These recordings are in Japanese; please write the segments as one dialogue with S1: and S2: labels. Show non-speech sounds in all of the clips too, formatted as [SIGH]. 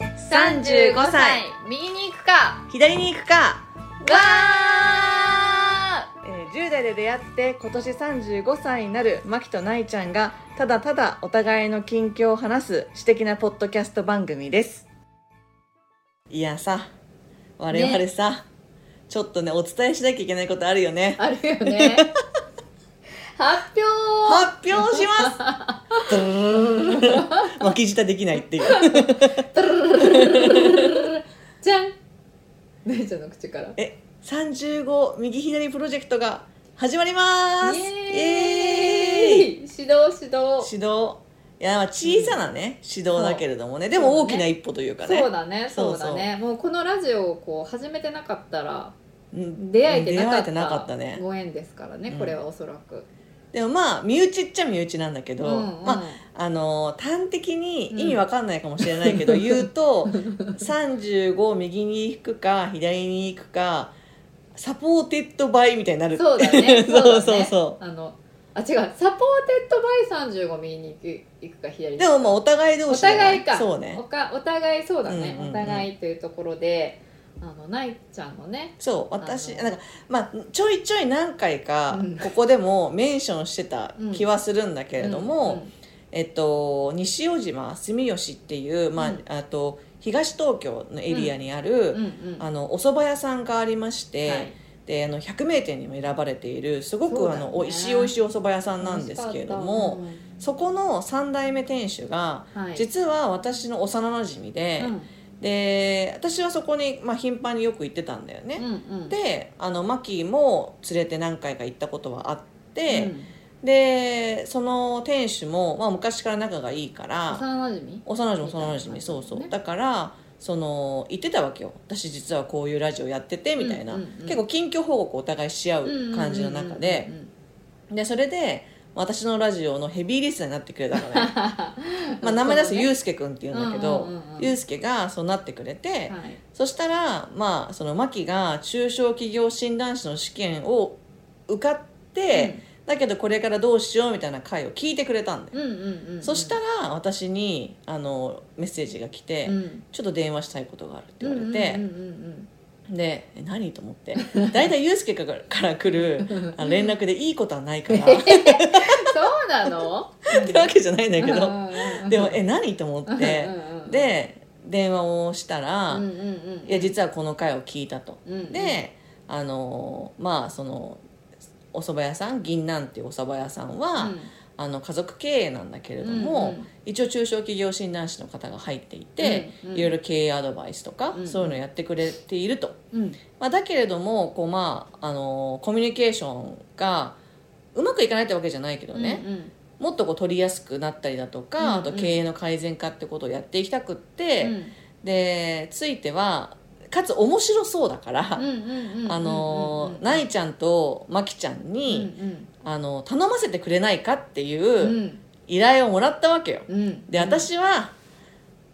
S1: 35歳
S2: 右に行くか
S1: 左に行くか、
S2: わ
S1: えー10代で出会って今年35歳になるマキとナイちゃんがただただお互いの近況を話す私的なポッドキャスト番組ですいやさ我々さ、ちょっとねお伝えしなきゃいけないことあるよね
S2: ーあるよ
S1: [LAUGHS]
S2: ね発表
S1: 発表しますドゥルルルルル
S2: [LAUGHS]
S1: 巻き舌できないっていう
S2: じゃん姉ちゃんの口から
S1: え35右左プロジェクトが始まります
S2: イ
S1: イエー
S2: エー
S1: イ
S2: イ指導指導
S1: 指導いやまあ小さなね、指導だけれどもねで
S2: そう
S1: も
S2: だ
S1: 大
S2: ね
S1: きな一歩というかね
S2: そうだね
S1: そ
S2: そう
S1: そう
S2: うだねもうこのラジオをこう始めてなかったら
S1: うん
S2: 出会えてな
S1: 出
S2: か
S1: 会
S2: っ
S1: えて
S2: た
S1: なかったね
S2: ご縁ですからね、
S1: うん
S2: これはおそらく
S1: でもまあ身内っちゃ身内なんだけど、
S2: うんうん
S1: まああのー端的に意味わかんないかもしれないけど、
S2: うん
S1: 言うと35右に引くか左に行くかサポーテッドバイみたいになる
S2: そうだ
S1: [LAUGHS]
S2: ね
S1: そう
S2: だ
S1: そう
S2: ね
S1: そ
S2: あのあ違うサポーテッドバイ35右に行く行くか左
S1: う
S2: に
S1: でもまあお互い同
S2: お
S1: 士だら
S2: 互いか
S1: そうね
S2: おかお互いそうだね、
S1: うんうんうん
S2: お互いというところであのないちゃんのね
S1: そう私
S2: あの
S1: なんかまあちょいちょい何回か
S2: うん
S1: ここでもメンションしてた気はするんだけれども、
S2: うんうん
S1: えっと、西尾島住吉っていう、まあ
S2: うん
S1: あと東東京のエリアにある、
S2: うんうん
S1: あのお蕎麦屋さんがありまして、
S2: はい
S1: であの百名店にも選ばれているすご
S2: そ
S1: く、
S2: うだ
S1: あ
S2: よね
S1: のおいしいおいしいお蕎麦屋さんなんですけれども、そこの3代目店主が、
S2: うんはい
S1: 実は私の幼なじみで,、
S2: うん
S1: で私はそこに、まあ、頻繁によく行ってたんだよね。
S2: うんうん、
S1: であのマキも連れて何回か行ったことはあって。
S2: うん、
S1: でその店主も、まあ、昔から仲がいいから
S2: 幼馴染
S1: 幼馴染幼
S2: み
S1: 馴
S2: たいな感
S1: 染
S2: じ
S1: そうそう、
S2: ね
S1: だからその言ってたわけよ私実はこういうラジオやっててみたいな、
S2: うんうんうん
S1: 結構近況報告お互いし合う感じの中で、でそれで私のラジオのヘビーリスナーになってくれたの
S2: [LAUGHS]
S1: ねまあ名前出すゆうすけくんっていうんだけど、
S2: うんうんうんうん
S1: ゆうすけがそうなってくれて、
S2: うはい
S1: そしたらまあそのマキが中小企業診断士の試験を受かって、だけどこれからどうしようみたいな回を聞いてくれたんだよ、
S2: うんうんうんうん、
S1: そした
S2: ら、
S1: ら私にあのメッセージが来て、
S2: うん、って
S1: ちょっと電話したいことがあるって言われ
S2: うん
S1: て、
S2: うんうんうん
S1: でえ何と思って大体ユースケからから来るあの連絡でいいことはないからっ
S2: そうなの
S1: てわけじゃないんだけ
S2: う
S1: ど
S2: んうんうん
S1: でもえ何と思って
S2: うんうんうん
S1: で電話をしたら、
S2: うんうんうん、
S1: いや実はこの回を聞いたと。
S2: うんうん、
S1: であのまあそのお蕎麦屋さん銀杏っていうお蕎麦屋さんは、あの家族経営なんだけれども、
S2: うんうん
S1: 一応中小企業診断士の方が入っていて、
S2: うんうん
S1: いろいろ経営アドバイスとか、
S2: うんうん
S1: そういうのをやってくれていると、
S2: うんうん
S1: まあ、だけれどもこう、まあ、あのコミュニケーションがうまくいかないってわけじゃないけどね、
S2: うんうん
S1: もっとこう取りやすくなったりだとか、
S2: うんうん
S1: あと経営の改善化ってことをやっていきたくって、
S2: うん
S1: でついてはかつ面白そうだから、
S2: うんうんうんうん、
S1: あの
S2: うん
S1: ナイちゃんとマキちゃん
S2: うん
S1: に、あの頼ませてくれないかっていう
S2: う、ん
S1: 依頼をもらったわけよ
S2: うんうん、
S1: で私は、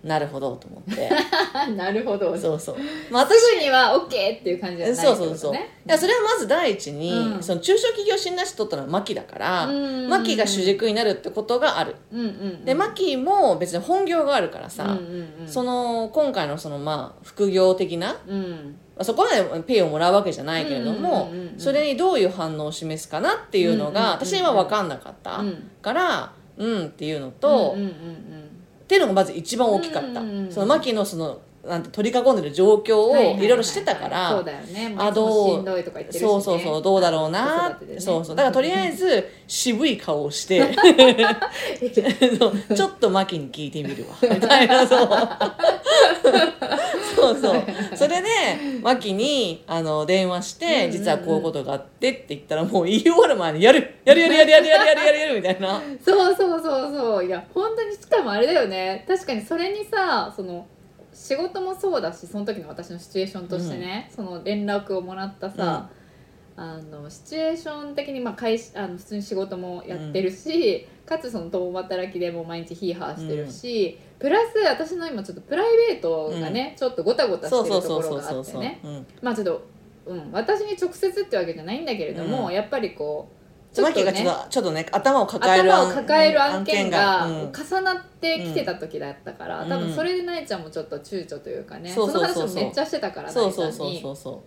S1: なるほどと思って
S2: [LAUGHS] なるほどす
S1: そうそう、まあ、私
S2: ぐには OK っていう感じじゃないって
S1: そ
S2: こ
S1: う
S2: と
S1: そうそう、
S2: ね
S1: いやそれはまず第一に、
S2: うん
S1: その中小企業診断士取ったのはマキだから、
S2: うん
S1: マキが主軸になるってことがある、
S2: うんうん
S1: でマキも別に本業があるからさ、
S2: うんうんうん、
S1: その今回のそのまあ副業的なま
S2: うん
S1: あそこまでペイをもらうわけじゃないけれども、
S2: うんうんうんうん
S1: それにどういう反応を示すかなっていうのが、
S2: うんうんうんうん
S1: 私には分かんなかった、
S2: うん
S1: からうんっていうのと、
S2: うんうんうん
S1: っていうのがまず一番大きかった、
S2: うんうんうん
S1: その牧野のそのなんて取り囲んでる状況
S2: うん
S1: を
S2: はいはいはいはい
S1: いろいろしてたから、
S2: そうだよね
S1: あ
S2: あ
S1: ど
S2: ど
S1: う
S2: うしんどいとか言ってるし、ね、
S1: そうそうそうどうだろうな、
S2: 子育てでね
S1: そうそうだからとりあえず渋い顔をして
S2: [LAUGHS]
S1: [LAUGHS] そうちょっと牧に聞いて
S2: [LAUGHS]
S1: みるわみたいなそうそうそうそれで牧にあの電話して、
S2: うんうんうん
S1: 実はこういうことがあってって言ったらもう言い終わる前にやるやるやるやるやるやるやるやるやるみた
S2: [LAUGHS]
S1: いな。
S2: そうそうそうそういや本当にしかもあれだよね確かにそれにさその仕事もそうだしその時の私のシチュエーションとしてね、その連絡をもらったさ、あのシチュエーション的に、まあ、会社あの普通に仕事もやってるし、かつその共働きでもう毎日ヒーハーしてるし、プラス私の今ちょっとプライベートがね、ちょっとごたごた
S1: そ
S2: し
S1: う
S2: て
S1: そ
S2: る
S1: う
S2: と
S1: そ
S2: ころ
S1: うそう
S2: が
S1: そ
S2: あ
S1: う
S2: って
S1: そう、
S2: ね
S1: うん
S2: まあちょっと、うん、私に直接ってわけじゃないんだけれども、
S1: うん
S2: やっぱりこうちょっ
S1: マキ
S2: と
S1: がちょ
S2: ね
S1: っとちょっとね頭を抱える
S2: 頭を抱える案件が
S1: 案件が
S2: 重なってきてた時だったから、
S1: うん
S2: 多分それでなえちゃんもちょっと躊躇というかね、
S1: そうそうそうそう
S2: の話もめっちゃしてたからなえちゃん
S1: そう
S2: に
S1: そうそうそうそ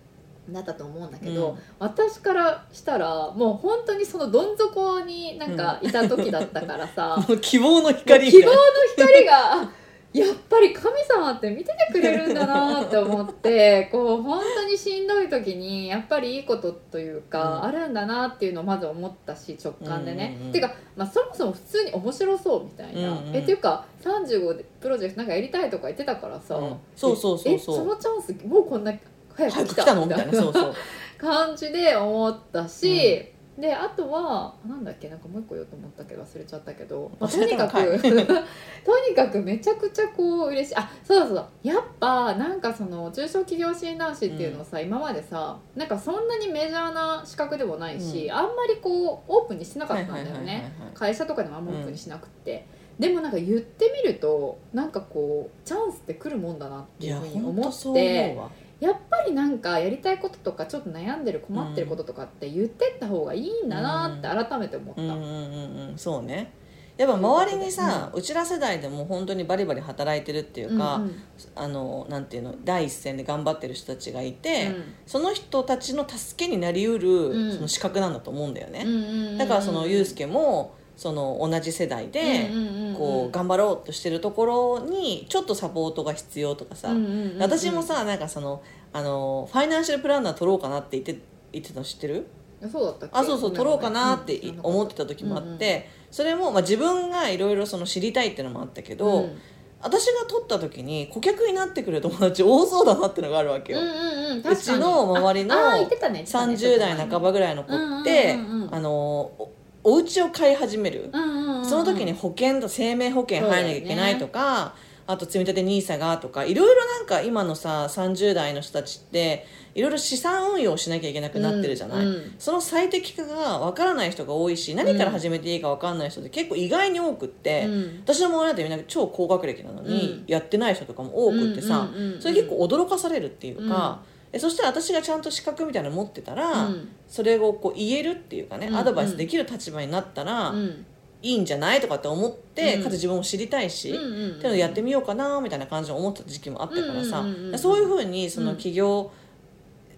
S2: なったと思うんだ
S1: う
S2: けど、私からしたらもう本当にそのどん底になんかいた時だったから
S1: [LAUGHS]
S2: さ、
S1: うんもう希望の
S2: もう
S1: 光
S2: 希望の光が [LAUGHS] あやっぱり神様って見ててくれるんだなって思
S1: [LAUGHS]
S2: ってこう本当にしんどい時にやっぱりいいことというか、
S1: うん
S2: あるんだなっていうのをまず思ったし直感でね。
S1: うんうんうん
S2: ていうか、まあ、そもそも普通に面白そうみたいな。
S1: うんうん
S2: えっていうか35でプロジェクトなんかやりたいとか言ってたからさ、
S1: うんそうそうそうそう
S2: えそのチャンスもうこんな早
S1: 早
S2: く来
S1: く来
S2: た
S1: たのみたいなそうそう
S2: 感じで思ったし、であとはなんだっけなんかもう一個言おうと思ったけど忘れちゃったけど、まあと
S1: 忘れ
S2: に
S1: た
S2: か
S1: のかい
S2: く [LAUGHS] とにかくめちゃくちゃこう嬉しいあそうだそうだやっぱなんかその中小企業診断士っていうのをさ、今までさなんかそんなにメジャーな資格でもないし、あんまりこうオープンにしてなかったんだよね、
S1: はいはいはいはいはい
S2: 会社とかでもあんまオープンにしなくって。でもなんか言ってみるとなんかこうチャンスって来るもんだなって
S1: い
S2: いう
S1: や
S2: ふうに
S1: 本
S2: 思
S1: 当
S2: って
S1: そう思うわ
S2: やっぱりなんかやりたいこととかちょっと悩んでる困ってることとかって言ってった方がいいんだなって改めて思った、
S1: うんうんうんうんそうねやっぱ周りにさ、うちら世代でも本当にバリバリ働いてるっていうか、
S2: うんうん
S1: あのなんていうの第一線で頑張ってる人たちがいて、
S2: うん
S1: その人たちの助けになりうる、
S2: うん
S1: その資格なんだと思うんだよ
S2: うん
S1: ね、
S2: うんうん
S1: だからそのユうスケもその同じ世代で、
S2: うんうんうん
S1: こう頑張ろうとしてるところにちょっとサポートが必要とかさ、
S2: うんうんうんうん
S1: 私もさなんかそのあのファイナンシャルプランナー取ろうかなって言って言ってたの知ってる
S2: そうだったっけ
S1: あそうそう取ろうかなって
S2: うん
S1: 思ってた時もあって、それも、まあ、自分がいろいろその知りたいっていうのもあったけど、
S2: うん
S1: 私が取った時に顧客になってくれる友達多そうだなってのがあるわけ
S2: うん
S1: よ、
S2: うんうん
S1: うちの周りの
S2: ああー言ってたね言ってたね
S1: 30代半ばぐらいの子って、
S2: うんうんうんうん
S1: あのおお家を買い始める、
S2: うんうんうんうん
S1: その時に保険と生命保険入らなきゃいけないとか、あと積み立て NISA がとかいろいろなんか今のさ30代の人たちっていろいろ資産運用しなきゃいけなくなってるじゃない、
S2: うんうん
S1: その最適化がわからない人が多いし何から始めていいかわからない人って結構意外に多くって、
S2: うん
S1: 私の周りだってみんな超高学歴なのにやってない人とかも多くってさ、
S2: うんうんうんうん
S1: それ結構驚かされるっていうか、えそしたら私がちゃんと資格みたいなの持ってたら、
S2: うん
S1: それをこう言えるっていうかね、
S2: うんうん
S1: アドバイスできる立場になったら、
S2: うん
S1: いいんじゃないとかって思って、
S2: うん
S1: かつ自分も知りたいし、
S2: うんうんうん
S1: っていうのやってみようかなみたいな感じで思ってた時期もあったからさ、
S2: うんうんうんうん
S1: そういうふうにその企業、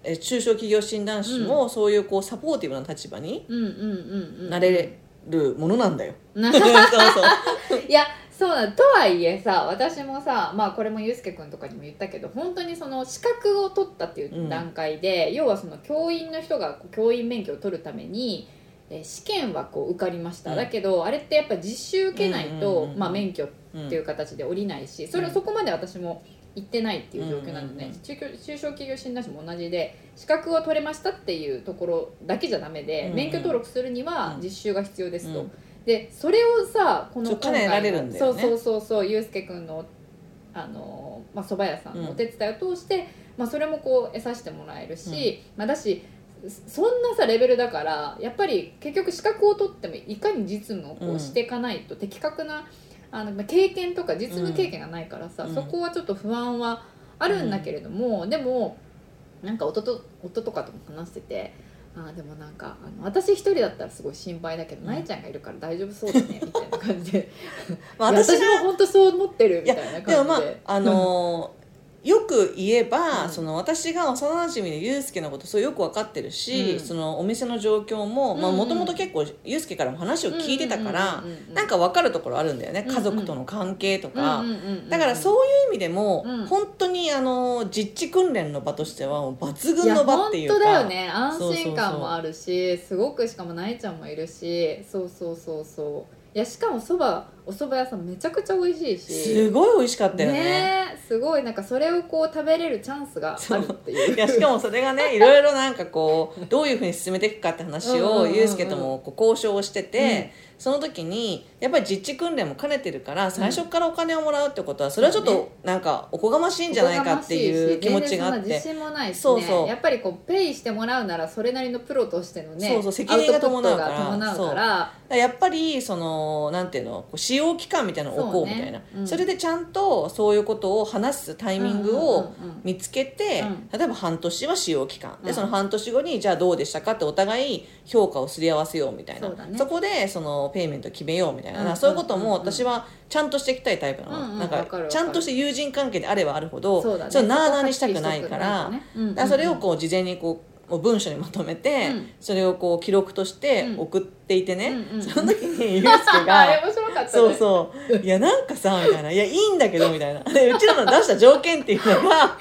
S1: え中小企業診断士もそういうこうサポーティブな立場に
S2: うんうんうんうん
S1: なれるものなんだよ。
S2: な
S1: [LAUGHS] そうそう
S2: [LAUGHS] いやそうなのとはいえさ私もさ、まあ、これもゆうすけくんとかにも言ったけど本当にその資格を取ったっていう段階で、要はその教員の人がこう教員免許を取るためにえー試験はこう受かりました、
S1: うん
S2: だけどあれってやっぱ実習受けないと、
S1: うんうんうんうん
S2: まあ、免許っ
S1: うん
S2: ていう形で降りないしそれ
S1: う
S2: を
S1: ん
S2: そこまで私も行ってないっていう状況なんでね、
S1: うんうんうん
S2: 中小中小企業診断士も同じで資格を取れましたっていうところだけじゃダメで、
S1: うんうん
S2: 免許登録するには
S1: うん
S2: 実習が必要ですと。
S1: うん
S2: でそれをさこの
S1: そう叶えられるんだよね
S2: そうそうそうそうゆうすけくんのあの、まあ、蕎麦屋さんのお手伝いを通して、まあ、それもこう得させてもらえるし、まあ、だしそんなさレベルだからやっぱり結局資格を取ってもいかに実務をこ
S1: うん
S2: うしていかないと、的確なあのまあ経験とか実務経験がないからさ、
S1: うん
S2: そこはちょっと不安はあるんだけれども、でもなんか夫と夫とかとも話してて。あーでもなんかあの私一人だったらすごい心配だけど、
S1: うん
S2: なえちゃんがいるから大丈夫そうだねみたいな感じで
S1: まあ
S2: いや
S1: [LAUGHS] 私
S2: 私も
S1: が
S2: 本当そう思ってるみたいな感じで
S1: でもまああのーよく言えば、
S2: うん
S1: その私が幼馴染でユうスケのことそうよく分かってるし、
S2: うん
S1: そのお店の状況も
S2: うんう
S1: も
S2: ん
S1: ともと結構ユうスケからも話を聞いてたから、
S2: うんうんうんうん
S1: なんか分かるところあるんだよね
S2: うんうん
S1: 家族との関係とか、
S2: うんうんうんうん
S1: だからそういう意味でも、
S2: うん
S1: 本当にあの実地訓練の場としてはもう抜群の場っていうか
S2: いや本当だよね安
S1: そうそうそう
S2: 心感もあるしすごくしかもなえちゃんもいるしそうそうそうそういやしかもそばお蕎麦屋さんめちゃくちゃ美味しいし
S1: すごい美味しかったよね
S2: ねえすごいなんかそれをこう食べれるチャンスがあるっていう
S1: [LAUGHS] いやしかもそれが
S2: [LAUGHS]
S1: ねいろいろなんかこうどういうふうに進めていくかって話
S2: うんうん
S1: を
S2: うんうん
S1: ユうスケともこう交渉をしてて、その時にやっぱり実地訓練も兼ねてるから最初からお金をもらうってことはそれはちょっ
S2: そう
S1: となんかおこがましいんじゃないかっていう気持ちがあっ
S2: 全然
S1: て
S2: そんな自信もないし、ね、
S1: そうそう
S2: やっぱりこうペイしてもらうならそれなりのプロとしてのね
S1: そうそう責任が伴うから
S2: アウトプットが伴うから
S1: やっぱりそのなんていうのこう使用期間みたいなのを置こう
S2: そう
S1: み
S2: ね
S1: たいなそ,、
S2: うん
S1: れでちゃんとそういうことを話すタイミング
S2: うんう
S1: を
S2: んうんうん
S1: 見つけて、
S2: うん
S1: 例えば半年は使用期間、
S2: う
S1: で
S2: ん
S1: その半年後にじゃあどうでしたかってお互い評価をすり合わせようみたいな
S2: そうだね
S1: こでそのペイメント決めようみたいな、
S2: うんうんうん
S1: そういうことも私はちゃんとしていきたいタイプなの、
S2: うんうん
S1: な
S2: わ
S1: んか
S2: かるわかる
S1: ちゃんとして友人関係であればあるほど
S2: そうだね
S1: ちょっとなあなあにしたくないから。だから
S2: [LAUGHS]
S1: それをこう事前にこうもう文書にまとめて、
S2: うん
S1: それをこう記録として送っていてね、
S2: うんうん
S1: その時にゆうすけ
S2: [LAUGHS] あれ
S1: が。
S2: 面白かったね
S1: そうそういやなんかさみたいな「いやいいんだけど」みたいなでうちらの出した条件っていう
S2: [LAUGHS]
S1: のが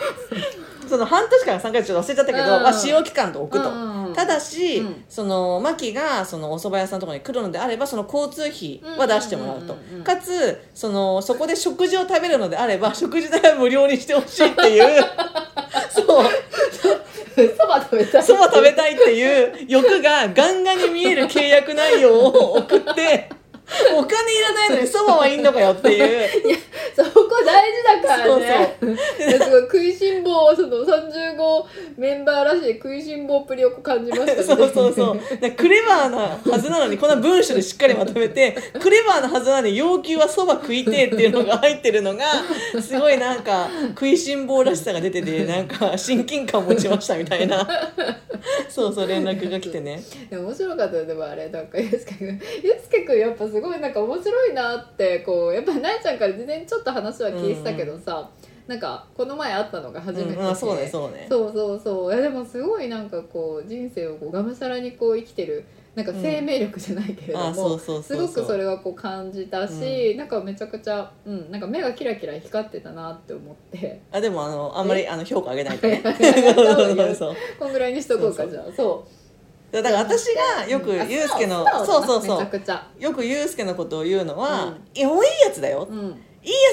S1: その半年から3ヶ月ちょっと忘れちゃったけど、
S2: うん
S1: まあ、使用期間と置くと、
S2: うんうんうん
S1: ただし、
S2: うん
S1: そのマキがそのお蕎麦屋さんのところに来るのであればその交通費は出してもらうと、
S2: うんうんうんうん
S1: かつそのそこで食事を食べるのであれば食事代は無料にしてほしいっていう
S2: [LAUGHS]
S1: そう
S2: そば食べたい
S1: [LAUGHS] そば食べたいっていう欲がガンガンに見える契約内容を
S2: [LAUGHS]
S1: 送ってお金いらないのにそばはいいのかよって
S2: [LAUGHS]
S1: いう
S2: そこ大事だからね
S1: そ
S2: すごい食いしん坊その35メンバーらしい食いしん坊っぷりを感じましたね
S1: [LAUGHS] そうそうそうでクレバーなはずなのにこんな文書でしっかりまとめてクレバーなはずなのに要求はそば食いてえっていうのが入って
S2: [LAUGHS]
S1: るのがすごいなんか食いしん坊らしさが出ててなんか親近感を持ちましたみたい
S2: [LAUGHS]
S1: なそうそう連絡が来てね
S2: でも面白かったよでもあれなんかゆうすけくんゆうすけくんやっぱすごいなんか面白いなってこうやっぱりなえちゃんから事前にちょっと話は聞いてたけどさ、なんかこの前会ったのが初めてで、
S1: うんあそうねそうね
S2: そうそうそういやでもすごいなんかこう人生をこうがむしゃらにこう生きてるなんか生命力じゃないけれど
S1: あ
S2: も、
S1: そうそうそ
S2: す
S1: うそ
S2: ご
S1: う
S2: くそれはこう感じたし、なんかめちゃくちゃ、うん、なんか目がキラキラ光ってたなって思って
S1: あでもあのあんまりあの評価上げないとねそうそうそう
S2: [LAUGHS] こんぐらいにしとこうか
S1: そうそう
S2: じゃあそ
S1: だから私が
S2: う
S1: よく
S2: んあ
S1: ユうスケ
S2: 素直
S1: の
S2: だ
S1: そう
S2: な
S1: そうそ
S2: めちゃ
S1: う
S2: くちゃ、
S1: よくユうスケのことを言うのは、
S2: うん
S1: いやもういいやつだよ、
S2: う
S1: いい
S2: ん、
S1: や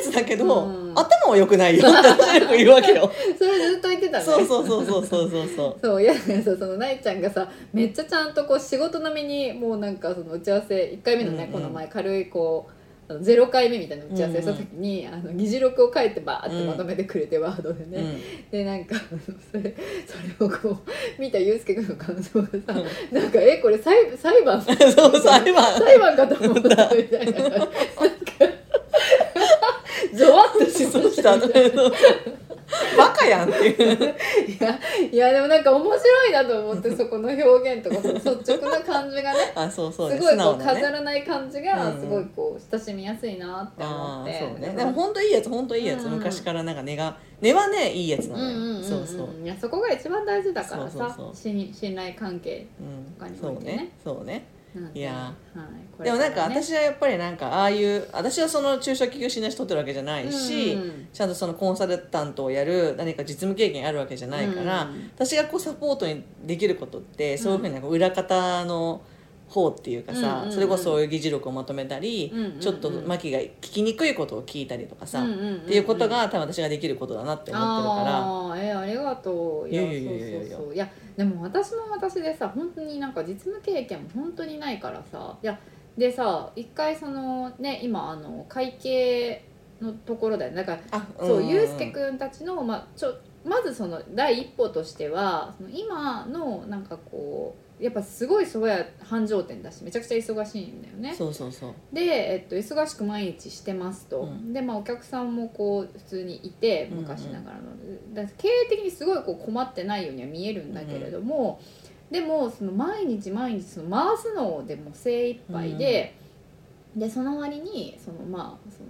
S1: つだけど、
S2: うん
S1: 頭は良くないよって私よく言うわけよ
S2: [LAUGHS] それずっと言ってたね
S1: そうそうそうそうそうそうそう
S2: そういやいやそうそのなえちゃんがさめっちゃちゃんとこう仕事並みにもうなんかその打ち合わせ1回目のね、
S1: うんうん
S2: この前軽いこうあの0回目みたいな打ち合わせ
S1: うん
S2: し
S1: うん
S2: た時に、あの議事録を書いてバーってまとめてくれて、ワードで [LAUGHS] ね、でなんか [LAUGHS] あのそれそれをこう見たゆうすけ君の感想がさ、なんかえこれ裁裁判
S1: うん [LAUGHS] そう裁判
S2: 裁判かと思ったみたいななんかゾワッとし
S1: そ
S2: ま
S1: う
S2: し
S1: したた
S2: みたいな [LAUGHS]
S1: バカやんっていう
S2: いやいやでもなんか面白いなと思ってそこの表現とかその率直な感じがね
S1: あそうそう
S2: す
S1: ね
S2: ご
S1: 素
S2: いこ
S1: 直
S2: う
S1: な
S2: 飾
S1: ね
S2: らない感じ
S1: う
S2: が
S1: ん
S2: すごいこう親しみやすいなって思
S1: あ
S2: っ
S1: あ
S2: て
S1: そうね
S2: ん
S1: でも本当いいやつ本当いいやつ、
S2: うんうん
S1: 昔からなんか根が根はねいいやつな
S2: うん
S1: のよ、
S2: うんうんうん
S1: そうそう、
S2: いやそこが一番大事だから
S1: そうそう
S2: さ
S1: そう
S2: 信信頼関係他
S1: う
S2: に
S1: ん、
S2: も
S1: そう
S2: いて
S1: ね
S2: ね
S1: そうね
S2: なんて
S1: いや
S2: はいこれ
S1: でも
S2: らね
S1: なんか私はやっぱりなんかああいう私はその中小企業診断士取ってるわけじゃないし、
S2: うんうん
S1: ちゃんとそのコンサルタントをやる何か実務経験あるわけじゃないから、
S2: うん
S1: 私がこうサポートにできることってそういうふうになんか裏方の方っていうか
S2: う
S1: さ、
S2: んうん
S1: それこそそういう議事録をまとめたり、
S2: うんうんうん
S1: ちょっとマキが聞きにくいことを聞いたりとかさ、
S2: うんうんうんうん
S1: っていうことが多分私ができることだなって思ってるから。
S2: あーえーありがとうい
S1: いやいやいやい
S2: そ
S1: や
S2: うそうそういやでも私も私でさ本当になんか実務経験も本当にないからさいやでさ一回そのね今あの会計のところだよねだから
S1: あ
S2: そう、ゆうすけ
S1: ん
S2: くんたちの、まあ、ちょまずその第一歩としてはその今のなんかこうやっぱすごいそばや繁盛店だしめちゃくちゃ忙しいんだよね
S1: そうそうそう
S2: で、えっと、忙しく毎日してますと、
S1: うん
S2: で、まあ、お客さんもこう普通にいて
S1: うんうん
S2: 昔ながらの、だから経営的にすごいこう困ってないようには見えるんだけれども、でもその毎日毎日その回すのでも精一杯で、でその割にそのまあその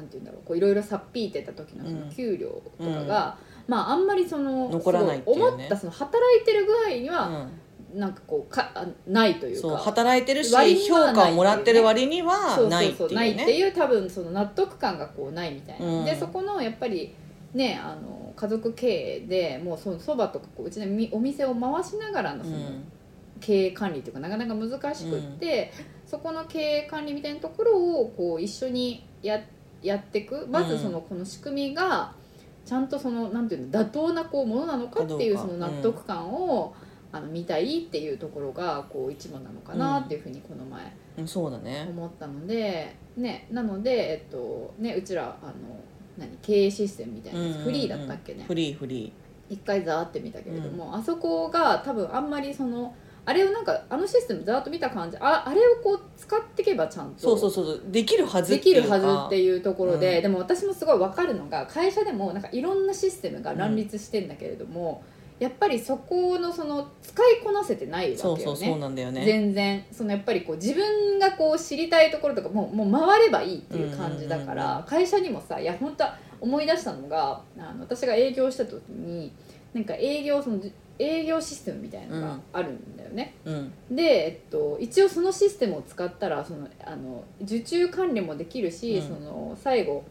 S2: なんて言うんだろうこういろいろさっぴいてた時のその
S1: うん
S2: 給料とかが、まああんまりその
S1: 残らないっていうね
S2: すご思ったその働いてる具合には、なんかこうかあないと
S1: う
S2: い
S1: ん、
S2: う
S1: そう
S2: か。
S1: 働いてるし
S2: 割にはない
S1: 評価をもらってる割には
S2: そう
S1: ない
S2: そう
S1: っ
S2: そ
S1: ていうう
S2: ないっ
S1: ね
S2: ていう多分その納得感がこうないみたいな、
S1: うん
S2: でそこのやっぱりねあの家族経営でもうそそばとかこううちでみお店を回しながらのその
S1: うん
S2: 経営管理というかなかなか難しくって、そこの経営管理みたいなところをこう一緒にややっていくまずそのこの仕組みがちゃんとそのなんていうの妥当なこうものなのかっていう
S1: か
S2: そ
S1: どう
S2: の
S1: か
S2: 納得感を、あの見たいっていうところがこう一番なのかなっていうふうにこの前
S1: うん、そうだね
S2: 思ったので、ね、なので、えっとね、うちらあの何経営システムみたいなやつ、フリーだったっけ
S1: うんうんう
S2: ね
S1: んフリーフリ
S2: 一回ざーって見たけれども、あそこが多分あんまりそのあれをなんかあのシステムざーっと見た感じああれをこう使っていけばちゃんと
S1: そうそうそうそうできるはず
S2: できるはずって
S1: う
S2: いうところで、
S1: うん
S2: でも私もすごい分かるのが会社でもなんかいろんなシステムが乱立してんだけれども、やっぱりそこのその使いこなせてないわけ
S1: そ
S2: よ
S1: う
S2: ね
S1: そうそうなんだよね
S2: 全然そのやっぱりこう自分がこう知りたいところとかもうもう回ればいいっていう感じだから、
S1: うんうん
S2: 会社にもさいや本当は思い出したのがあの私が営業した時になんか営業その営業システムみたいなのがあるんだよね、
S1: うん
S2: で、えっと、一応そのシステムを使ったらそのあの受注管理もできるし、
S1: うん
S2: その最後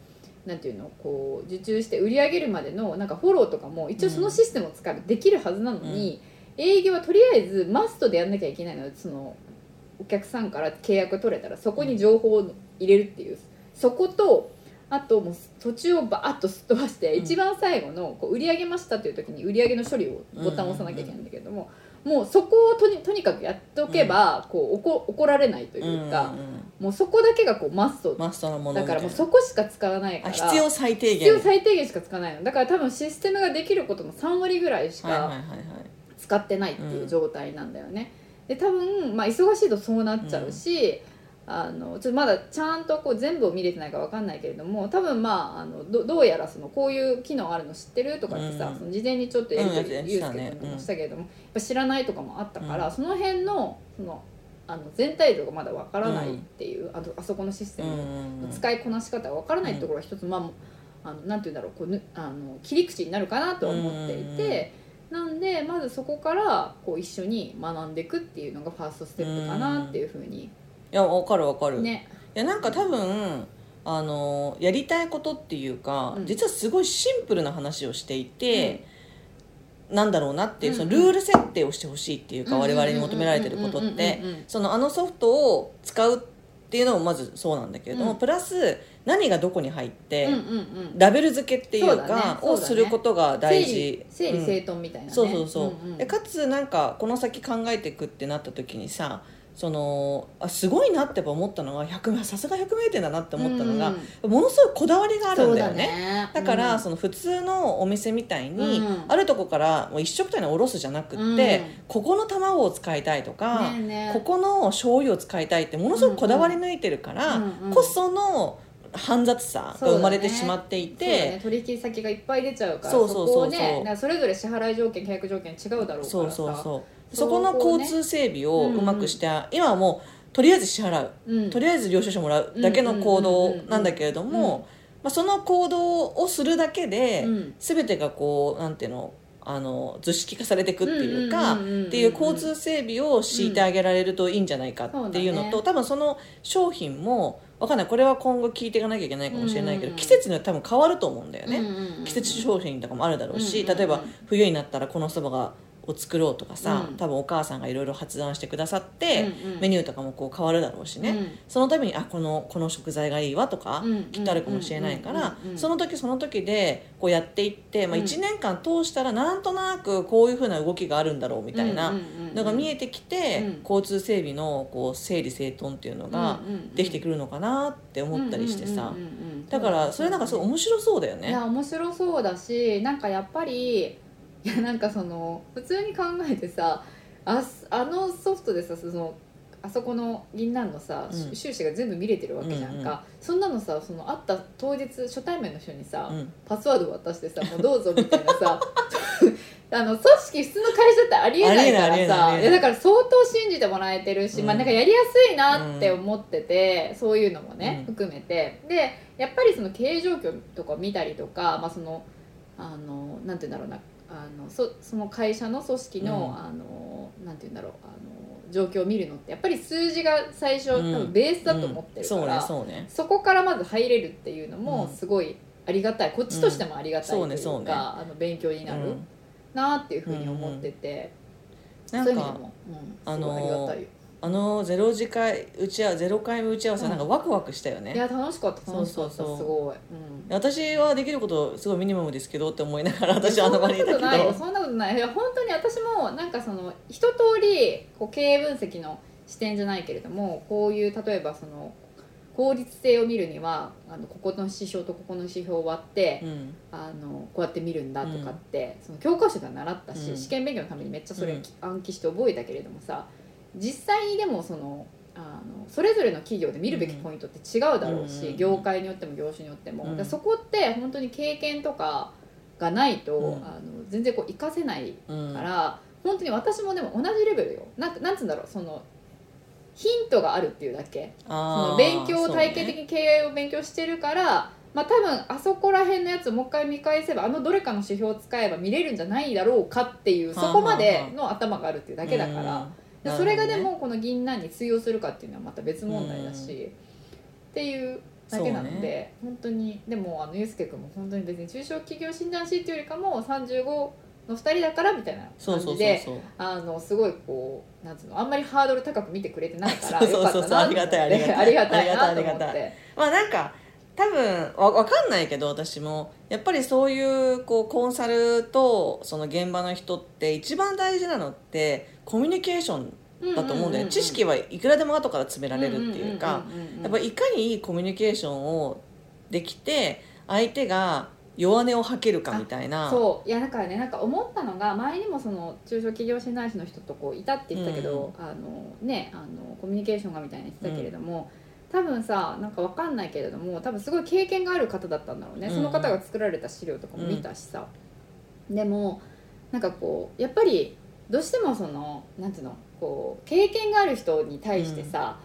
S2: なんていうのこう受注して売り上げるまでのなんかフォローとかも一応そのシステムを使えばできるはずなのに、営業はとりあえずマストでやんなきゃいけないのでそのお客さんから契約取れたらそこに情報を入れるっていうそことあともう途中をバーッとすっ飛ばして、
S1: うん
S2: 一番最後のこう売り上げましたという時に売り上げの処理をボタンを押さなきゃいけないんだけども、もうそこをとにとにかくやっとけば、こう怒怒られないというか、
S1: うんうんうん
S2: もうそこだけがこうマスト
S1: マストのもの
S2: だ
S1: みた
S2: か
S1: い
S2: ら
S1: な
S2: もうそこしか使わないか
S1: あ
S2: ら
S1: 必要最低限
S2: 必要最低限しか使わないのだから多分システムができることの3割ぐらいし
S1: はいはいは
S2: か
S1: いはい
S2: 使ってないっていう状態なんだよね、で多分、まあ、忙しいとそうなっちゃうし、あのちょっとまだちゃんとこう全部を見れてないかわかんないけれども多分まああのどどうやらそのこういう機能あるの知ってるとかってさ、
S1: うん
S2: その事前にちょっとやり取り
S1: うん
S2: ユ
S1: し
S2: ー
S1: た
S2: スケ
S1: ね
S2: 君と
S1: う
S2: も
S1: ん
S2: したけれども、やっぱ知らないとかもあったから、
S1: うん
S2: その辺のそのあの全体像がまだわからないっていう、あとあそこのシステ
S1: うん
S2: ム
S1: う
S2: の
S1: んうん
S2: 使いこなし方がわからないところが一つ、まあもうあのなんて言うんだろうこうぬあの切り口になるかなとは思っていて、なんでまずそこからこう一緒に学んでいくっていうのがファーストステップかなっていうふうに
S1: いやわかるわかる、
S2: ね、
S1: いやなんか多分あのやりたいことっていうか、
S2: うん
S1: 実はすごいシンプルな話をしていて、なんだろうなっていう
S2: うん
S1: そ
S2: うん
S1: のルール設定をしてほしいっていうか、我々に求められてることって、
S2: うんうんうんうん
S1: そのあのソフトを使うっていうのもまずそうなんだけれども、
S2: うん
S1: プラス何がどこに入って、
S2: うんうんうん
S1: ラベル付けっていう
S2: そうだね
S1: か
S2: そうだね
S1: をすることが大事
S2: 整理
S1: う
S2: 整理
S1: ん
S2: 整頓みたいなね、
S1: そうそうそう、
S2: んん
S1: でかつなんかこの先考えていくってなった時にさそのあすごいなってやっぱ思ったのが100名さすが100名店だなって思ったのが、
S2: うん
S1: ものすごいこだわりがあるんだよ
S2: そう
S1: ねだから、
S2: うん
S1: その普通のお店みたいに、
S2: うん
S1: あるとこからもう一食単におろすじゃなくって、
S2: うん
S1: ここの卵を使いたいとか、
S2: ねえねえ
S1: ここの醤油を使いたいってものすごくこだわり抜いてるから
S2: うんうん
S1: こその煩雑さが生まれてしまってい
S2: そうだね
S1: て、
S2: 取引先がいっぱい出ちゃうから
S1: そうそうそうそう
S2: こをねだからそれぞれ支払い条件契約条件違うだろうからさ
S1: そうそうそう
S2: そ
S1: そうこの交通整備をうまくして、今はもうとりあえず支払う、
S2: うん
S1: とりあえず領収書もらうだけの行動なんだけれど
S2: うんうんうんうん
S1: も、まあ、その行動をするだけで、
S2: うん
S1: 全てがこうなんていうのあの図式化されていくっていうか、
S2: うんうんうんうんうん
S1: っていう交通整備を敷いてあげられるといいんじゃないかっていうの
S2: そうだ
S1: と、
S2: ね
S1: 多分その商品もわかんないこれは今後聞いていかなきゃいけないかもしれないけど、
S2: うん
S1: 季節によって多分変わると思うんだよね。
S2: うんうんうん
S1: 季節商品とかもあるだろうし、
S2: うんうんうん
S1: 例えば冬になったらこのそばがを作ろうとかさ、
S2: うん
S1: 多分お母さんがいろいろ発案してくださって、
S2: うんうん
S1: メニューとかもこう変わるだろうしね、
S2: うん
S1: その度にあこのこの食材がいいわとか、
S2: うん
S1: きっとあるかもしれないから、
S2: うんうん
S1: その時その時でこうやっていって、まあ、
S2: うん
S1: 1年間通したらなんとなくこういうふうな動きがあるんだろうみたいな
S2: うんうんうんうん
S1: のが見えてきて、
S2: うん
S1: 交通整備のこう整理整頓っていうのが
S2: うんうんうん
S1: できてくるのかなって思ったりしてさ。
S2: うんうんうんうん
S1: だからそれなんかすごい面白そうだよね。
S2: いや面白そうだしなんかやっぱりいやなんかその普通に考えてさあすあのソフトでさそのあそこの銀杏のさ、
S1: うん
S2: 収支が全部見れてるわけじゃんか、
S1: うんうん
S2: そんなのさその会った当日初対面の人にさ、
S1: うん
S2: パスワード渡してさもうどうぞみたいなさ [LAUGHS] あの組織普通の会社ってありえないか
S1: ありえ
S2: ら
S1: ないありえないあ
S2: さ
S1: りえない
S2: いやだから相当信じてもらえてるし、
S1: うん
S2: まあなんかやりやすいなって思ってて、そういうのもね、
S1: うん
S2: 含めてでやっぱりその経営状況とか見たりとか、まあ、そのあのなんて言うんだろうなあのそその会社の組織の,、
S1: う
S2: あのなんて言うんだろうあの状況を見るのってやっぱり数字が最初、
S1: うん
S2: 多分ベースだと思ってるから、
S1: うん
S2: そ
S1: そうねそうね
S2: こからまず入れるっていうのも
S1: うん
S2: すごいありがたいこっちとしてもありがたいというか、
S1: うんそうねそうね
S2: あの勉強になるなっていうふうに思ってて、
S1: う
S2: そ
S1: ん、な
S2: うい
S1: ん
S2: う意味で
S1: か
S2: も、うん、
S1: あ
S2: すごいありが
S1: の
S2: たい
S1: ー
S2: よ、
S1: あのゼロ次回打ち合わせゼロ回目打ち合わせ、
S2: うん
S1: なんかワクワクしたよ
S2: い
S1: ね
S2: や楽しかった楽しかった
S1: そうそうそう
S2: すごい、うん、
S1: 私はできることすごいミニマムですけどって思いながら私はあの場にいたけ
S2: そんなことないよ
S1: ど
S2: そんなことないいや本当に私もなんかその一通りこう経営分析の視点じゃないけれどもこういう例えばその効率性を見るにはあのここの指標とここの指標を割って、
S1: うん
S2: あのこうやって見るんだとかって、その教科書では習ったし、
S1: うん
S2: 試験勉強のためにめっちゃそれ
S1: うん
S2: 暗記して覚えたけれどもさ実際にでもそのあのそれぞれの企業で見るべきポイントって違うだろうし、
S1: うん
S2: 業界によっても業種によっても、
S1: うん
S2: だからそこって本当に経験とかがないと、
S1: うん
S2: あの全然こう活かせない
S1: うん
S2: から、本当に私もでも同じレベルよなんかなんつうんだろうそのヒントがあるっていうだけそ
S1: あー
S2: の勉強を体系的に経営を勉強してるから、まあ多分あそこら辺のやつをもう一回見返せばあのどれかの指標を使えば見れるんじゃないだろうかっていうそ
S1: はあは
S2: こ
S1: あ
S2: までの頭があるっていうだけだから、で
S1: うん
S2: それがで
S1: なるほどね
S2: もこの銀杏に通用するかっていうのはまた別問題だし、っていうだけなの
S1: そう
S2: で、本当にでもあのゆうすけくんも本当に別に中小企業診断士っていうよりかも35の2人だからみたいな
S1: そう
S2: 感
S1: そう
S2: じ
S1: そう
S2: で
S1: そう
S2: あのすごいこうなんつうのあんまりハードル高く見てくれてないから
S1: そう
S2: よ
S1: そう
S2: かった
S1: そう
S2: な
S1: そうありがたいありがたい
S2: [LAUGHS] ありがたいな
S1: あ
S2: と
S1: りが
S2: 思
S1: たい
S2: っ
S1: あり
S2: て
S1: まあなんか多分わわかんないけど私もやっぱりそういうこうコンサルとその現場の人って一番大事なのってコミュニケーションだと思うんだよね、知識
S2: は
S1: はいくらでも後から詰められるっていうか、やっぱいかにいいコミュニケーションをできて相手が弱音を吐けるかみたいな
S2: そういやだからねなんか思ったのが前にもその中小企業診断士の人とこういたって言ってたけど、あのねあのコミュニケーションがみたいに言ってたけれども、多分さなんかわかんないけれども多分すごい経験がある方だったんだろうね、
S1: うん
S2: その方が作られた資料とかも見たしさ、でもなんかこうやっぱりどうしてもそのなんていうのこう経験がある人に対してさ、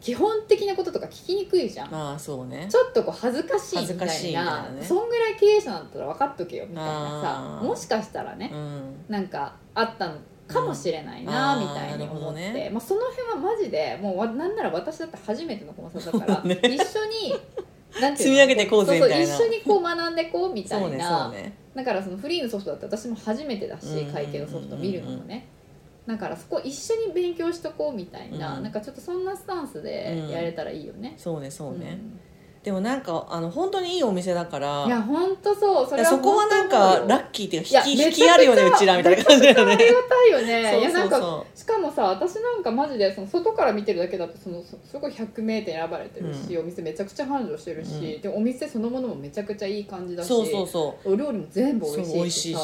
S2: 基本的なこととか聞きにくいじゃん、
S1: まあそうね
S2: ちょっとこう恥ずかしいみたいな
S1: 恥ずかしいみたいなね
S2: そんぐらい経営者だったら分かっとけよみたいな
S1: あ
S2: さ
S1: ー
S2: もしかしたらね
S1: う、ん
S2: なんかあったのかもしれないな、
S1: うん
S2: みたいに思っ
S1: あ
S2: て、
S1: ーなるほどね
S2: まあ、その辺はマジでもうわなんなら私だって初めてのコンサートだから、
S1: [LAUGHS] そうね
S2: 一緒になんていう
S1: 積み
S2: の
S1: 上げてこうぜみたいな
S2: そうそう一緒にこう学んでこうみたいな
S1: そうねそうね
S2: だからそのフリーのソフトだって私も初めてだし
S1: うんうんうんうん
S2: 会計のソフト見るのもねだからそこ一緒に勉強しとこうみたいな、
S1: うん
S2: なんかちょっとそんなスタンスでやれたらいいよね、
S1: そうねそうね、
S2: ん
S1: でもなんかあの本当にいいお店だから
S2: いや本当そうそ
S1: いやそこはなんか
S2: ッ
S1: ラッキーっていう
S2: いや
S1: か引
S2: め
S1: き
S2: ちゃくちゃ
S1: 引きあるよねうちらみたいな感じだよ
S2: あ
S1: ね
S2: りがたいよねい
S1: そう [LAUGHS]
S2: や
S1: そ
S2: な
S1: うん
S2: か
S1: そ
S2: しかもさ私なんかマジでその外から見てるだけだとそのそすごい百名店選ばれてるし、お店めちゃくちゃ繁盛してるし、
S1: う
S2: でお店そのものもめちゃくちゃいい感じ
S1: う
S2: だし
S1: そうそうそう
S2: お料理も全部
S1: そう
S2: 美味しい
S1: 美味しいし
S2: さ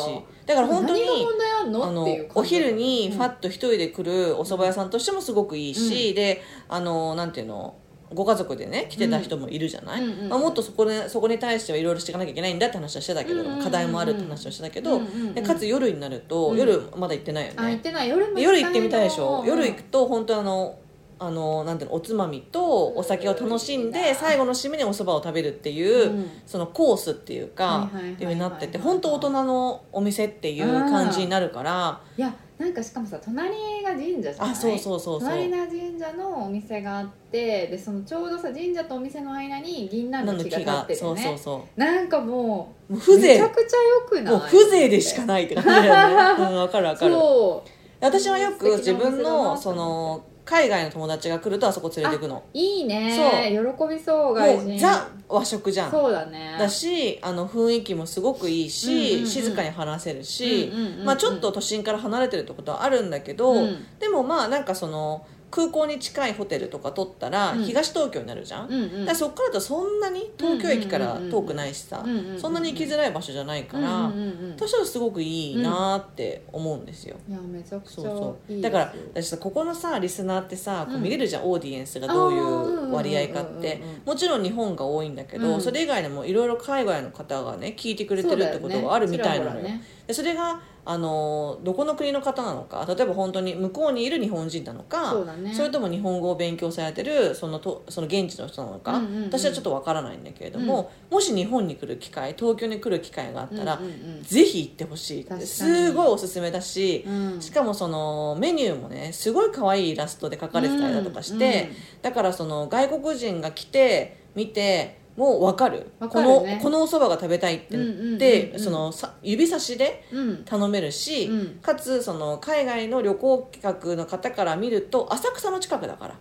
S1: だから本当
S2: 何が
S1: に
S2: 問題あん
S1: あ
S2: のっ
S1: の
S2: ていう感じ
S1: お昼にファ
S2: ッ
S1: ッと一人で来るお蕎麦屋さんとしてもすごくいいし、であのなんていうのご家族でね来てた人もいるじゃない、
S2: うんうんうんうん
S1: まあ、もっとそこでそこに対してはいろいろしていかなきゃいけないんだって話はしてたけれど
S2: うん
S1: も、
S2: うんうんうん
S1: 課題もあるって話はしてたけ
S2: け
S1: ど、でかつ夜になると、
S2: うん
S1: 夜まだ行ってないよね、
S2: あ行ってない夜も行き
S1: で
S2: たい
S1: 夜行ってみたいでしょ、
S2: うん
S1: 夜行くと本当あのあのなんていうのおつまみとお酒を楽しんで、
S2: うん
S1: 最後の締めにお蕎麦を食べるっていう、
S2: うん
S1: そのコースっていう
S2: はい
S1: か
S2: はいはいはい
S1: っていうふうになってて本当大人のお店っていう感じになるから
S2: いやなんかしかもさ隣が神社じゃない
S1: あそうそうそうそう
S2: 隣の神社のお店があってでそのちょうどさ神社とお店の間に銀杏
S1: な
S2: の
S1: の
S2: 木が
S1: 木
S2: 立っ
S1: が
S2: てて
S1: そうそう
S2: ね
S1: そ
S2: なんかも
S1: うもう
S2: う
S1: 風
S2: めちゃ
S1: 情
S2: くちゃ良くない
S1: もう風情でしかないって感じだよねうんわかるわかる
S2: そう
S1: 私はよく
S2: 素敵
S1: 自
S2: なお店だな
S1: 分のその海外の友達が来るとあそこ連れて行くの
S2: いいね喜びそう外
S1: も
S2: 人
S1: うザ和食じゃん
S2: そうだね
S1: だしあの雰囲気もすごくい
S2: う
S1: い
S2: んうんうん
S1: し静かに話せるし
S2: うんうんうん
S1: まあちょっと都心から離れてるってことはあるんだけど、
S2: うん
S1: でもまあなんかその空港に近いホテルとか取ったら
S2: うん
S1: 東東京になるじゃん、
S2: うんうん
S1: だからそっからだとそんなに東京駅から遠くないしさ、
S2: うんうんうん
S1: そんなに行きづらい場所じゃないから、
S2: うんうんうんうん
S1: としてはすごくいいなって思うんですよ、
S2: いやめちゃくちゃ
S1: そうそう
S2: いいです
S1: だから私さここのさリスナーってさこう
S2: うん
S1: 見れるじゃん、オーディエンスがどう
S2: あ
S1: い
S2: ーうんうんうんうん
S1: う割合かってもちろん日本が多いんだけど、
S2: うん
S1: それ以外でもいろいろ海外の方がね聞いてくれてるってことがあるみたいなのよ
S2: そうだね
S1: でそれがあのどこの国の方なのか例えば本当に向こうにいる日本人なのか
S2: そうだね
S1: れとも日本語を勉強されてるそのとその現地の人なのか、
S2: うんうんうん
S1: 私はちょっとわからないんだけれども、もし日本に来る機会東京に来る機会があっ
S2: ち
S1: た
S2: ら
S1: ら、
S2: ほらねうんうんうん
S1: ぜひ行ってほしいっ
S2: 確か
S1: て
S2: に
S1: すごいおすすめだし、
S2: うん
S1: しかもそのメニューもねすごい可愛いイラストで描かれてたりだとかして、
S2: うんうん
S1: だからその外国人が来て見てもう分かる
S2: わかるね
S1: このこのおそばが食べたいって
S2: うんうんうんう
S1: 言
S2: ん
S1: ってそのさ指差しで
S2: うん
S1: 頼めるし、
S2: うん
S1: かつその海外の旅行企画の方から見ると浅草の近くだから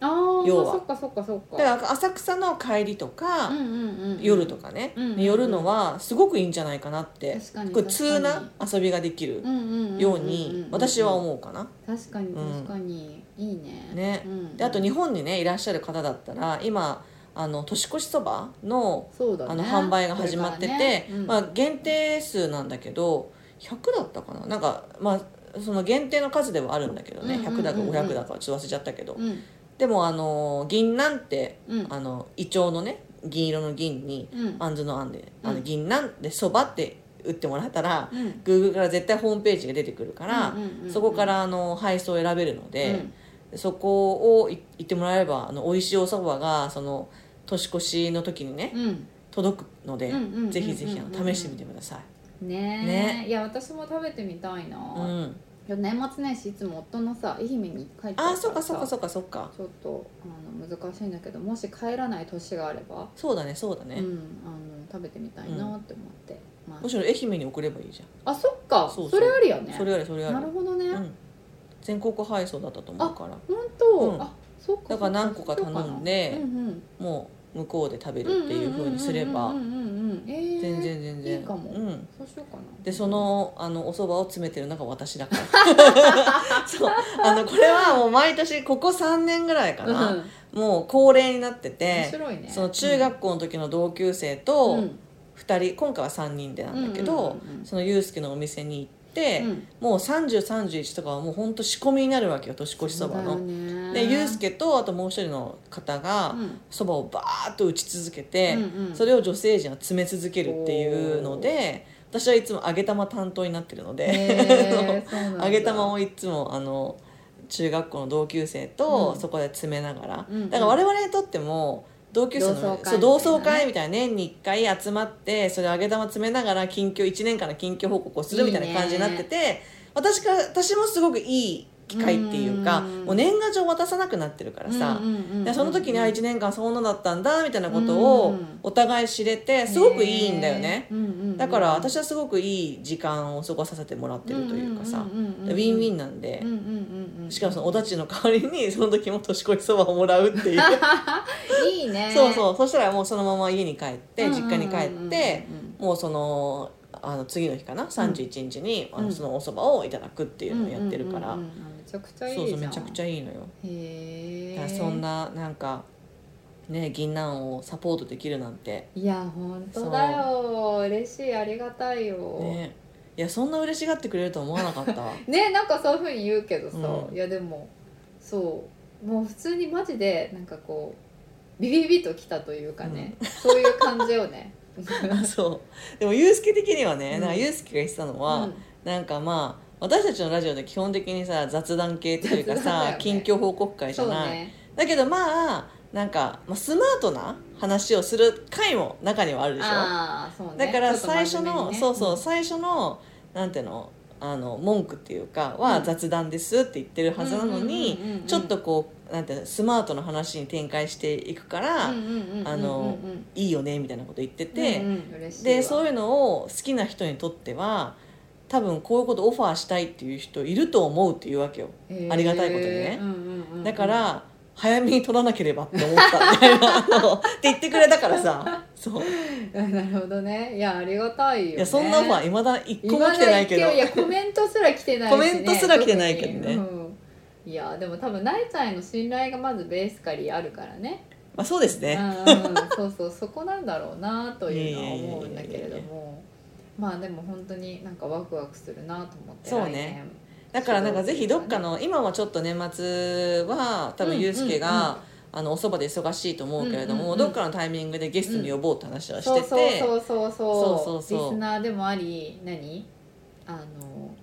S2: ああ
S1: 要は
S2: そっかそっかそっか
S1: だから浅草の帰りとか、
S2: うんうんうんうん、
S1: 夜とかね、
S2: うんうんうん
S1: 寄るのはすごくいいんじゃないかなって
S2: 確かに
S1: これ通
S2: 確
S1: な遊びができ
S2: う
S1: る
S2: んうんんんん
S1: ように私は思うかな。
S2: 確かに
S1: うん
S2: 確かに、いいね
S1: ね
S2: うん
S1: であと日本にねいらっしゃる方だったら今あの年越しそばの
S2: そうだね
S1: あの販売が始まってて、
S2: これからねうん
S1: まあ、限定数なんだけど100だったかななんかまあその限定の数ではあるんだけどね
S2: うんうんうんう
S1: 100
S2: ん
S1: だか500だかはちょっと忘れちゃったけど、
S2: うん
S1: でもあの銀杏って、
S2: うん
S1: あのイチョウのね銀色の銀に
S2: うん
S1: あんずのあんで、あ
S2: う
S1: の
S2: ん
S1: 銀杏でそばって打ってもらったら、
S2: うん
S1: Google から絶対ホームページが出てくるから、
S2: うんうんうん
S1: そこからあの配送を選べるので、そこをい行ってもらえればあの美味しいおそばがその年越しの時にね、
S2: うんうん
S1: 届くので、
S2: うんうんうんうんうん
S1: ぜひぜひあの試してみてください。
S2: ねえ
S1: ね
S2: いや私も食べてみたいな、
S1: うん
S2: いや年末年始いつも夫のさ愛媛に帰って
S1: あーそうかそうか
S2: う
S1: そうかそうか
S2: ちょっとあの難しいんだけどもし帰らない年があれば、
S1: そうだねそうだ
S2: う
S1: ね、
S2: ん、あの食べてみたいなって思って、ま
S1: むしろ愛媛に送ればいいじ
S2: ああそっか
S1: そ
S2: そう
S1: そう
S2: れあるよ
S1: ゃん、
S2: ね
S1: それありそれあり
S2: なるほどね、
S1: うん、全国配送だったと思うから
S2: 本当、
S1: うん
S2: あそっか
S1: だから何個か頼んで
S2: そうかなうん
S1: もう向こうで食べ
S2: うん
S1: るっていうふうにすれば
S2: うんうんうんうんうんうんえー
S1: 全然全然
S2: いいかも
S1: うん、
S2: そうしようかな
S1: でそのあのお蕎麦を詰めてる
S2: [LAUGHS]
S1: のが私だからそうあのこれはもう毎年ここ3年ぐらいか
S2: うん
S1: な、もう恒例になって
S2: 面
S1: て
S2: 白いね
S1: その中学校の時の同級生と2人、今回は3人でなんだけ
S2: う
S1: ど、
S2: んうんうんうん
S1: そのユースケのお店に行って、
S2: うん
S1: もう3031とかはもうほんと仕込みになるわけよ年越しそばの。でユース
S2: ケ
S1: ケとあともう一人の方がそばをバーッと打ち続けて、そ
S2: れ
S1: れを女性陣は詰め続けるっていうので私はいつも揚げ玉担当になってるの [LAUGHS] で、
S2: 揚
S1: 揚げ玉をいつもあの中学校の同級生と
S2: うん
S1: そこで詰めながら、
S2: うんうん
S1: だから我々にとっても同級生の
S2: 同窓会
S1: そう同窓
S2: みたいな
S1: 会みたいな年に1回集まってそれ揚げ玉詰めながら近況1年間の近況報告をするみたい
S2: いいね
S1: な感じになってて私から私もすごくいい機会っていうか
S2: うん
S1: もう年賀状渡さなくなってるからさ、でその時にあ1年間そんなだったんだみたいなこと
S2: う
S1: を
S2: ん
S1: お互い知れてすごくいいんだよね、だから私
S2: は
S1: はすごくいい時間を過ごさせてもらってるというかさウ
S2: ウ
S1: ィンウィン
S2: ン
S1: なんで
S2: うんうんうん
S1: しかもそのおだちの代わりにそ [LAUGHS] の時も年越しそばをもらう
S2: [LAUGHS]
S1: っていう
S2: いいね
S1: そう
S2: う
S1: そうそしたらもうそのまま家に帰っ
S2: う
S1: て
S2: んうん
S1: 実
S2: うんうん
S1: 家に帰ってもうそのあの次の日かな31日にあ
S2: う
S1: の
S2: ん
S1: そのおそばをいただくっていうのをやってるから
S2: うんうんうんうんめちゃくちゃいいじゃ
S1: そ
S2: ん
S1: うそうめちゃくちゃいいのよ
S2: へ
S1: だ
S2: え
S1: からそんななんかね銀杏をサポートできるなんて
S2: いや本当だよ嬉しいありがたいよね
S1: ねいやそんな嬉しがってくれるとは思わなかったわ [LAUGHS]
S2: なんかそういうふうに言うけどさ、
S1: うん
S2: いやでもそうもう普通にマジでなんかこうビビビときたというかね、そういう感じよ
S1: [LAUGHS]
S2: ね
S1: そうでもユースケ的にはね、
S2: うん
S1: なんかユースケが言ってたのは、
S2: うん
S1: なんかまあ私たちのラジオで基本的にさ雑談系っていうか
S2: 雑談だ
S1: さ、
S2: よね
S1: 近況報告会じ
S2: そ
S1: ゃ
S2: う
S1: ない、
S2: ね
S1: だけどまあなんか、まあ、スマートな話をする回も中にはあるでしょ
S2: ああそうね
S1: だから
S2: ちょっと
S1: 最初
S2: 真面目
S1: の、
S2: にね
S1: そうそう、最初のなんていうのあの文句っていうかは
S2: うん
S1: 雑談ですって言ってるはずなの
S2: うんうんうんうんう
S1: に
S2: ん
S1: ちょっとこうなんていうのスマートな話に展開していくから、
S2: うんうんうんうんうん
S1: あの
S2: うんうん
S1: いいよねみたいなこと言ってて、
S2: うんうん嬉しい
S1: でそう
S2: い
S1: いうのを好きな人にとっては多分こういうことオファーしたいっていう人いると思うっていうわけよ
S2: う
S1: ありがたいことにね
S2: んうんうんうん
S1: だから、早めに取らなければって思ったみたいなあ
S2: [LAUGHS]
S1: のって言ってくれたからさそう
S2: うんなるほどねいやありがたいよ、ね、
S1: いやそんなオファーいまだ一個も来てないけど
S2: いやコメントすら来てないし、ね、
S1: コメントすら来てないけどね
S2: 特にうんいやでも多分ナイちゃんへの信頼がまずベースカリーあるからね
S1: まあ、そうですね、
S2: うんうんそうそうそこなんだろうなというのは思うんだけれど
S1: [LAUGHS] いえいえいえい
S2: もまあでも本当になんかワクワクするなと思って
S1: そうねだからなんかぜひどっかの今はちょっと年末は多分ユうスケ
S2: うんうんうん
S1: が、あのおそばで忙しいと思うけれど
S2: うん
S1: も、
S2: うんうん
S1: どっかのタイミングでゲストに呼ぼうって話は
S2: 来
S1: し
S2: そう
S1: て
S2: そう
S1: て、
S2: そうそうそう
S1: そうそうそう
S2: リスナーでもあり何あのあの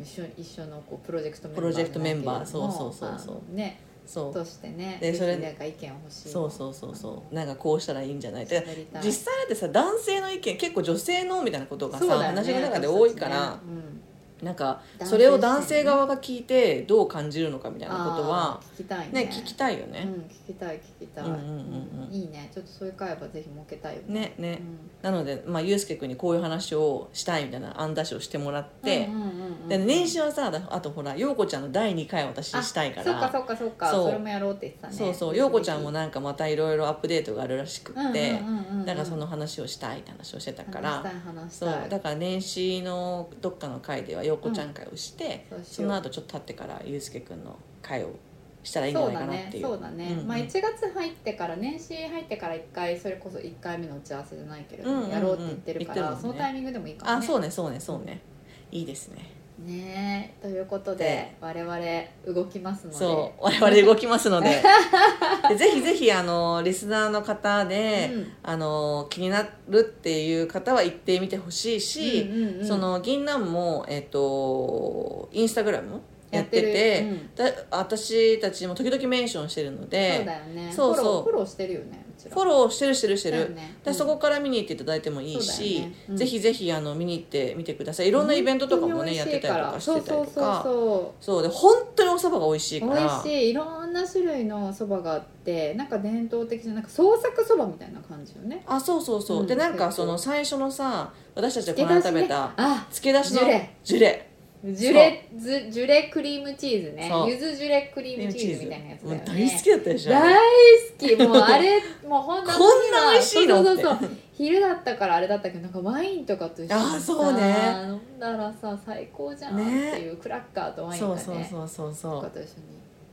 S2: 一緒一緒のこうプロジェクトメンバー
S1: プロジェクトメンバー
S2: だけれども
S1: そうそうそうそう
S2: あのね
S1: そう
S2: としてね
S1: で
S2: ぜひ
S1: それ
S2: なんか意見欲しい
S1: そうそうそうそうなんかこうしたらいいんじゃない
S2: 喋
S1: で
S2: りたい
S1: 実際だってさ男性の意見結構女性のみたいなことがさ、
S2: そうだよね
S1: 話の中で多いから、
S2: うん
S1: なんか
S2: 男性
S1: それを男性側が聞いてどう感じるのかみたいなことは
S2: あー聞きたいね
S1: ね聞きたいよね
S2: う、ん、聞きたい聞きたい、
S1: うんうんうんうん
S2: いいねちょっとそういう会話ぜひ設けたいよね
S1: ねねなので、まあ、ゆうすけくんにこういう話をしたいみたいな案出しをしてもらって、
S2: うんうんうんうん
S1: で年始はさだあとほら陽子ちゃんの第2回を私したいから
S2: あそっかそっかそっか
S1: そ
S2: そうれもやろうって言ってたね
S1: そうそう陽子ちゃんもなんかまたいろいろアップデートがあるらしくって、
S2: うんうんうんうん
S1: だからその話をしたいって話をしてたか
S2: 話した
S1: ら
S2: い話し
S1: そう
S2: たい
S1: だから年始のどっかの回では陽子ちゃん会をして、
S2: そうしよう
S1: その後ちょっと経ってからゆうすけくんの会をしたらいいんじゃないかなっていう
S2: そうだねそうだね、
S1: うん
S2: まあ1月入ってから年始入ってから1回それこそ1回目の打ち合わせじゃないけれども、
S1: うんうんうん
S2: やろうって言ってるから
S1: 言ってるもんね
S2: そのタイミングでもいいかもね
S1: あそうねそうねそうねいいですね
S2: ねえということで
S1: で
S2: 我々動きますので
S1: そう我々動きますの
S2: [LAUGHS]
S1: ででぜひぜひあのリスナーの方で、
S2: うん
S1: あの気になるっていう方は行ってみてほしいし、
S2: うんうんうん
S1: その銀杏も、えっとインスタグラムやっ
S2: や
S1: てて
S2: ってるうん
S1: だ私たちも時々メンションしてるので
S2: そうだよね
S1: そうそう
S2: フォローフォローしてるよねうちら
S1: フォローしてるしてるして
S2: だよ
S1: る、
S2: ね
S1: でそこから見に行っていただいてもいい
S2: そう
S1: し、
S2: だよねうん
S1: ぜひぜひあの見に行ってみてくださいい
S2: い
S1: ろんなイベントとかもねやってたりとかしてたりとか
S2: そうそう
S1: そうで本当におそばが美味しい
S2: そ
S1: か
S2: うそう
S1: ら
S2: 美味しいいろんな種類のそばがあってなんか伝統的じゃなく創作そばみたいな感じよね
S1: あそうそうそう、
S2: うん
S1: でなん
S2: そう
S1: か
S2: そう
S1: その最初のさ私たちがこの間食べた
S2: あ
S1: つけ出しの
S2: ジュレ
S1: ジュレ
S2: ジュレずジュレクリームチーズね
S1: そう
S2: ゆずジュレクリ
S1: クリ
S2: ー
S1: ー
S2: ム
S1: ム
S2: チ
S1: チ
S2: ー
S1: ー
S2: ズ
S1: ズ
S2: みたいなやつだ
S1: も
S2: よ
S1: う
S2: ね
S1: 大好きだったでしょ
S2: 大好きもうあれもうほんと
S1: [LAUGHS] こんな美味しいの
S2: そうそうそう昼だったからあれだったけどなんかワインとかと一緒にさ
S1: あそうね
S2: 飲んだらさ最高じゃんって
S1: ね
S2: いうクラッカーとワインが
S1: そ
S2: ね
S1: うそうそうそ
S2: と
S1: うそ
S2: か
S1: う
S2: と一緒に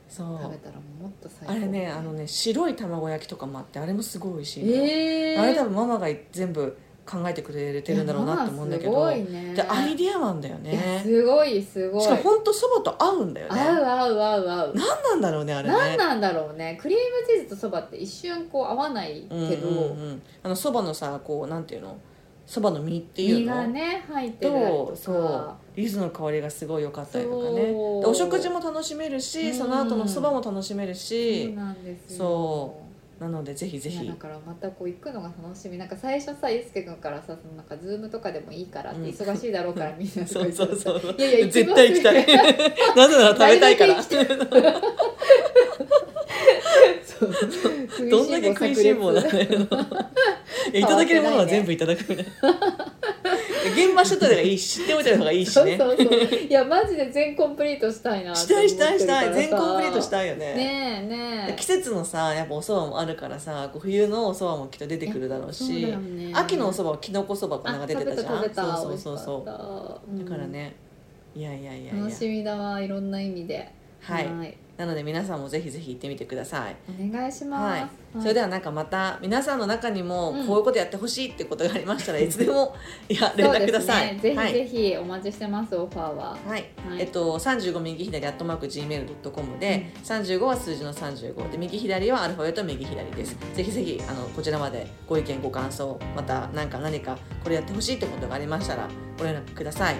S1: そう
S2: 食べたらもっと最高
S1: あれねあのね白い卵焼きとかもあってあれもすごい美味しいのよ、
S2: ええ
S1: あれ多分ママが全部考えてくれてるんだろうなって思うんだけ
S2: いや
S1: ど、
S2: ママすごいね
S1: でアイディアマンだよ
S2: いや
S1: ね
S2: すごいすごい
S1: しかもほんとそばと合うんだよね
S2: 合う合う合う合う
S1: 何なんだろうねあれね
S2: 何なんだろうねクリームチーズとそばって一瞬こう合わないけど、
S1: うんうんうんあのそばのさこうなんていうのそばの実っていう
S2: 身
S1: の
S2: がね入ってる
S1: と
S2: と
S1: そう
S2: か
S1: 柚子の香りがすごい良かったりとかねで
S2: そう
S1: お食事も楽しめるし、
S2: うん
S1: その後のそばも楽しめる
S2: そう
S1: し、
S2: なんですよ
S1: そなのでぜひぜ
S2: いや
S1: ひ
S2: だからまたこう行くのが楽しみなんか最初さゆうすけくんからさそのなんかズームとかでもいいからって
S1: うん
S2: 忙しいだろうからみんなと
S1: そ
S2: か言っ
S1: う
S2: てさ
S1: [LAUGHS] そうそう
S2: いやいや
S1: 絶対行きたいなぜなら食べたいから
S2: なる [LAUGHS] そう食いしん坊
S1: [LAUGHS] どんだけ食いしん坊なんだよいやいただけるものは全部いただくみたいな現場所とかいいし知っておいた方がいいし
S2: 炸裂 [LAUGHS]
S1: ね
S2: そうそうそういやマジで全コンプリートしたいな
S1: し
S2: と
S1: た
S2: 思っ
S1: い
S2: て
S1: し
S2: るか
S1: た
S2: らさ
S1: いしたい全コンプリートしたいよね
S2: ねえねえ
S1: 季節のさやっぱおそばもあるからさこう冬のおそばもきっと出てくるだろうし
S2: そうだよね
S1: 秋のおそばはきのこそばかなんか出てたじゃ
S2: あ
S1: ん
S2: 食べた
S1: そう
S2: 食べた
S1: そうそうそうだ
S2: 美味しかった
S1: からね、いやいやいや
S2: うん
S1: い
S2: 楽
S1: や
S2: しみだわいろんな意味で
S1: はいなので皆さんもぜひぜひ行ってみてください
S2: お願いします、
S1: はい、それではなんかまた皆さんの中にも
S2: うん
S1: こういうことやってほしいってことがあり
S2: [LAUGHS]
S1: ましたらいつでもいや連絡ください、
S2: そうです
S1: は
S2: ね、
S1: い
S2: ぜひぜひお待ちしてます、オファーは
S1: はい
S2: はい
S1: えっと、35右左アットマーク Gmail.com で、35は数字の35で右左はアルファベット右左ですぜひぜひあのこちらまでご意見ご感想また何か何かこれやってほしいってことがありましたらご連絡ください
S2: はい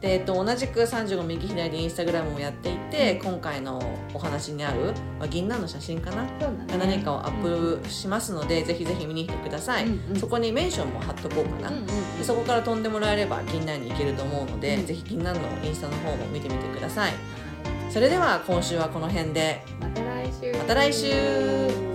S1: で、えっと、同じく35右左でインスタグラムもやっていて今回のお話に合う、まあ、銀杏の写真かな
S2: そうだね
S1: 何かをアップしますので、ぜひぜひ見に来てください、
S2: うんうん
S1: そこにメンションも貼っとこうかな、
S2: うんうん
S1: でそこから飛んでもらえれば銀杏に行けると思うので、
S2: うん
S1: ぜひ銀杏のインスタの方も見てみてくださいそれでは今週はこの辺で
S2: また来週
S1: また来週